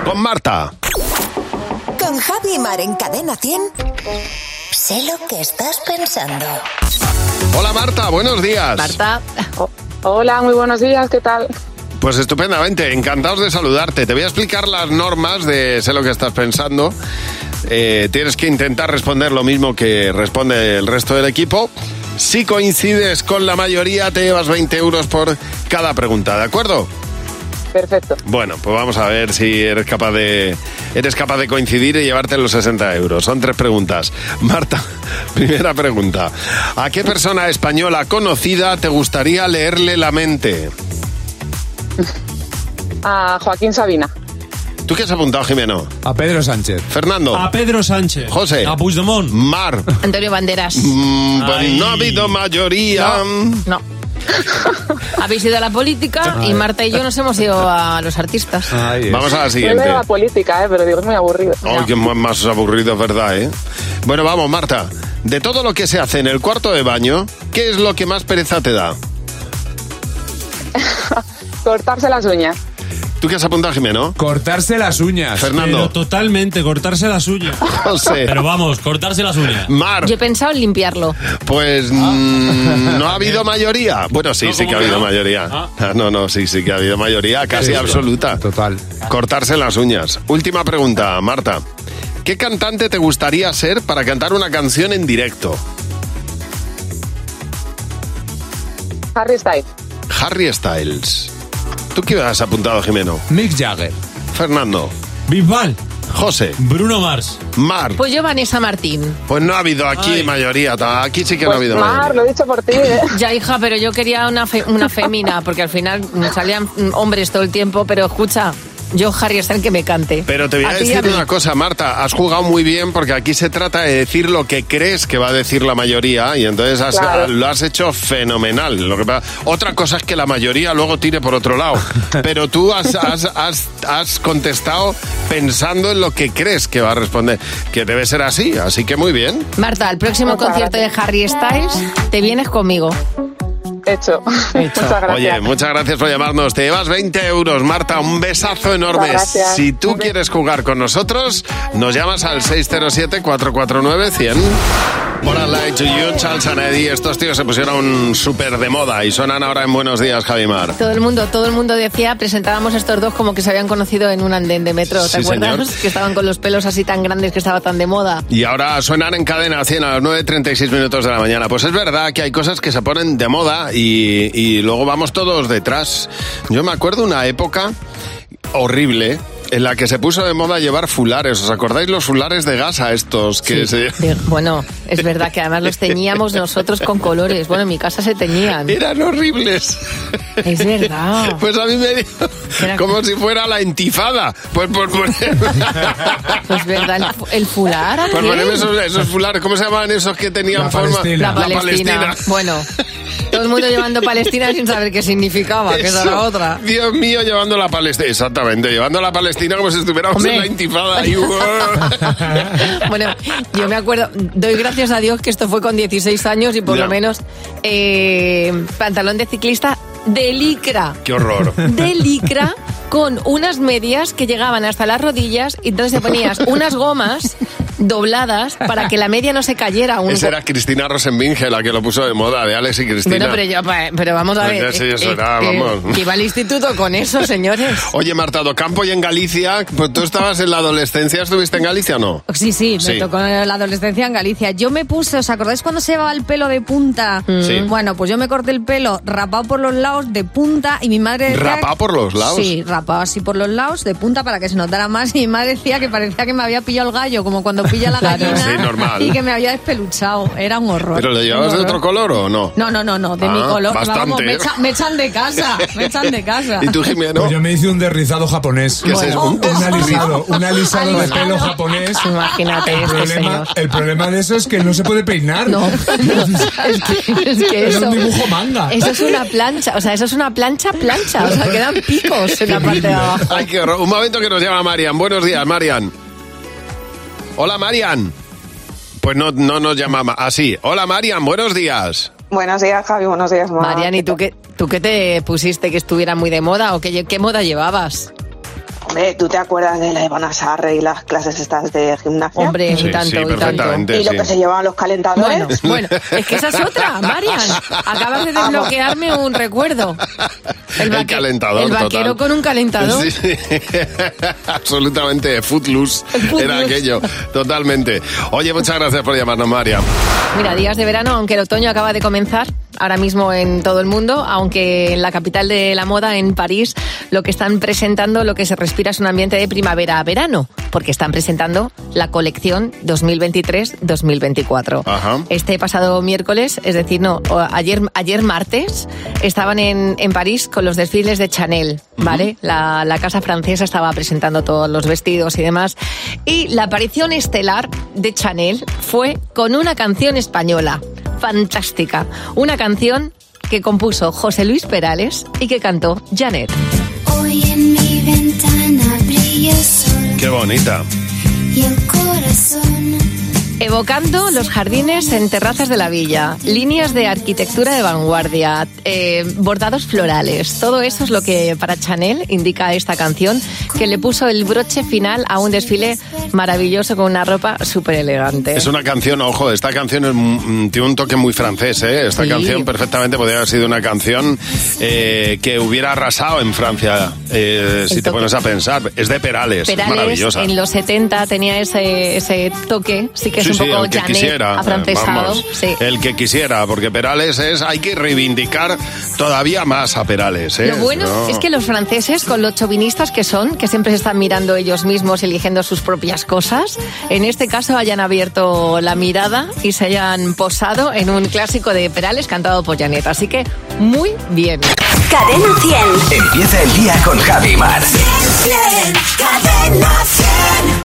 Con Marta.
Con Javi y Mar en Cadena 100. Sé lo que estás pensando.
Hola Marta, buenos días.
Marta.
Hola, muy buenos días, ¿qué tal?
Pues estupendamente, encantados de saludarte. Te voy a explicar las normas de sé lo que estás pensando. Eh, tienes que intentar responder lo mismo que responde el resto del equipo. Si coincides con la mayoría, te llevas 20 euros por cada pregunta, ¿de acuerdo?
Perfecto.
Bueno, pues vamos a ver si eres capaz de eres capaz de coincidir y llevarte los 60 euros. Son tres preguntas. Marta, primera pregunta. ¿A qué persona española conocida te gustaría leerle la mente?
A Joaquín Sabina.
¿Tú qué has apuntado, Jimeno?
A Pedro Sánchez.
Ah.
Fernando.
A
Pedro Sánchez. José. A
Puigdemont.
Mar.
Antonio Banderas.
Mm, pues no ha habido mayoría.
No. Habéis ido a la política y Marta y yo nos hemos ido a los artistas.
Vamos a la
Yo
siguiente. Oh,
veo la política, eh, pero digo, es muy aburrido.
Ay, qué ma- más aburrido, es ¿verdad? eh? Bueno, vamos, Marta. De todo lo que se hace en el cuarto de baño, ¿qué es lo que más pereza te da?
Cortarse las uñas.
¿Tú qué has apuntado, Jimeno?
Cortarse las uñas.
Fernando.
Pero totalmente, cortarse las uñas.
José.
Pero vamos, cortarse las uñas.
Mar.
Yo he pensado en limpiarlo.
Pues mm, no ha habido mayoría. Ah, Bueno, sí, sí que ha habido mayoría. Ah, No, no, sí, sí que ha habido mayoría, casi
Perfecto.
absoluta. Total. Cortarse las uñas. Última pregunta, Marta. ¿Qué cantante te gustaría ser para cantar una canción en directo?
Harry Styles.
Harry Styles. ¿Tú qué has apuntado, Jimeno?
Mick Jagger.
Fernando.
Bisbal.
José.
Bruno Mars.
Mar.
Pues yo, Vanessa Martín.
Pues no ha habido aquí mayoría. ta- Aquí sí que
Pues,
no ha habido mayoría.
lo he dicho por ti.
eh.
Ya, hija, pero yo quería una, fe- una fémina, porque al final mm, salían mm, hombres todo el tiempo, pero escucha, yo Harry Styles que me cante.
Pero te voy a,
ti y
decir
mí.
una cosa, Marta. Has jugado muy bien porque aquí se trata de decir lo que crees que va a decir la mayoría y entonces has-
Claro.
lo has hecho fenomenal. Lo que pasa- otra cosa es que la mayoría luego tire por otro lado. Pero tú has, has- has- has contestado pensando en lo que crees que va a responder. Que debe ser así, así que muy bien.
Marta, al próximo concierto de Harry Styles, te vienes conmigo.
Hecho. Muchas gracias.
Oye, muchas gracias por llamarnos. Te llevas 20 euros, Marta. Un besazo enorme.
Muchas gracias.
Si tú quieres jugar con nosotros, nos llamas al 607-449-100. Hola, Light to You, Charles and Eddie. Estos tíos se pusieron súper de moda y sonan ahora en Buenos Días, Javimar.
Todo el mundo, todo el mundo decía, presentábamos estos dos como que se habían conocido en un andén de metro, ¿te
Sí,
acuerdas?
señor.
Que estaban con los pelos así tan grandes que estaba tan de moda.
Y ahora suenan en cadena 100 a las 9.36 minutos de la mañana. Pues es verdad que hay cosas que se ponen de moda y, y luego vamos todos detrás. Yo me acuerdo una época horrible en la que se puso de moda llevar fulares. ¿Os acordáis los fulares de gasa estos que se...
De- bueno, es verdad que además los teñíamos nosotros con colores. Bueno, en mi casa se teñían.
Eran horribles.
Es verdad.
Pues a mí me dio como si fuera la intifada. Pues por poner-
Es Pues, verdad, el, fu- el fular.
por
aquel.
ponerme Pues esos, esos fulares, ¿cómo se llamaban esos que tenían
La
forma?
Palestina. La Palestina. Bueno, todo el mundo llevando Palestina sin saber qué significaba, que esa era
Eso,
otra.
Dios mío, llevando la Palestina. Exactamente, llevando la Palestina como si estuviéramos
Hombre.
en la intifada. ahí.
Bueno, yo me acuerdo, doy gracias a Dios que esto fue con 16 años y por
Ya.
lo menos eh, pantalón de ciclista de licra.
¡Qué horror!
De licra con unas medias que llegaban hasta las rodillas y entonces te ponías unas gomas dobladas para que la media no se cayera. Un
Esa era Cristina Rosenbinge, la que lo puso de moda, de Alex y Cristina. Pues
Bueno, pero, yo, pa- pero vamos a ver. eh,
Sí, eso era, vamos.
que iba al instituto con eso, señores.
Oye, Marta, Docampo y en Galicia, pues tú estabas en la adolescencia, ¿estuviste en Galicia o no?
Sí, sí, me
Sí.
tocó la adolescencia en Galicia. Yo me puse, ¿os acordáis cuando se llevaba el pelo de punta?
Sí.
Bueno, pues yo me corté el pelo rapado por los lados, de punta, y mi madre decía...
¿Rapado por los lados?
Sí, rapado así por los lados, de punta, para que se notara más. Y mi madre decía que parecía que me había pillado el gallo, como cuando pilla la
Claro.
gallina.
Sí, normal.
Y que me había despeluchado. Era un horror.
¿Pero lo llevabas
Un
de
horror.
otro color o no?
No, no, no, no, de
Ah,
mi color.
bastante,
Vamos, me,
¿eh?
echa- me echan de casa, me echan de casa.
Jimeno?
Pues yo me hice un derrizado japonés.
¿Qué es eso?
Un, un alisado, un alisado de
Alisado.
pelo japonés.
Imagínate
el
este
problema,
señor.
el problema de eso es que no se puede peinar.
No. Es que, es que
Era
eso,
un dibujo manga.
Eso es una plancha, o sea, eso es una plancha plancha, o sea, quedan picos en la parte de abajo.
Ay, qué horror. Un momento que nos llama Marian. Buenos días, Marian. Hola, Marian. Pues no, no nos llama así. Hola, Marian, buenos días.
Buenos días, Javi. Buenos días, Mar.
Marian, ¿y tú qué, tú qué te pusiste que estuviera muy de moda o qué, lle- qué moda llevabas?
Hombre, ¿tú te acuerdas de la Ivana Sarre y las clases estas de gimnasia?
Hombre, y Sí, tanto, sí, y tanto. perfectamente,
Y lo
sí.
que se llevaban los calentadores.
Bueno, es que esa es otra, Marian. Acabas de desbloquearme un recuerdo.
El, calentador.
El vaquero
total.
con un calentador.
Sí. Absolutamente footloose,
Footloose.
era aquello, totalmente. Oye, muchas gracias por llamarnos, Marian.
Mira, días de verano, aunque el otoño acaba de comenzar, ahora mismo en todo el mundo, aunque en la capital de la moda, en París, lo que están presentando, lo que se respira es un ambiente de primavera a verano, porque están presentando la colección 2023-2024. Este pasado miércoles, es decir, no, o ayer, ayer martes, estaban en, en París con los desfiles de Chanel, ¿vale? la, la casa francesa estaba presentando todos los vestidos y demás. Y la aparición estelar de Chanel fue con una canción española, fantástica. Una canción que compuso José Luis Perales y que cantó Janet.
Hoy en mi ventana brilla el sol
Qué bonita.
y el corazón.
Evocando los jardines en terrazas de la villa, líneas de arquitectura de vanguardia, eh, bordados florales, todo eso es lo que para Chanel indica esta canción, que le puso el broche final a un desfile maravilloso con una ropa súper elegante.
Es una canción, ojo, esta canción es un- mm, tiene un toque muy francés, ¿eh? Esta
Sí.
canción perfectamente podría haber sido una canción eh, que hubiera arrasado en Francia, eh, si te pones a pensar. Es de Perales, es
Perales
maravillosa.
en los 70 tenía ese, ese toque, sí que es
Sí,
un
sí,
poco
el que
Janet
quisiera. eh,
afrancesado.
vamos,
sí.
El que quisiera, porque Perales es. Hay que reivindicar todavía más a Perales, ¿eh?
Lo bueno
No.
es que los franceses, con los chauvinistas que son, que siempre se están mirando ellos mismos, eligiendo sus propias cosas, en este caso hayan abierto la mirada y se hayan posado en un clásico de Perales cantado por Janet. Así que muy bien.
Cadena 100.
Empieza el día con Javi Mar.
Cadena 100.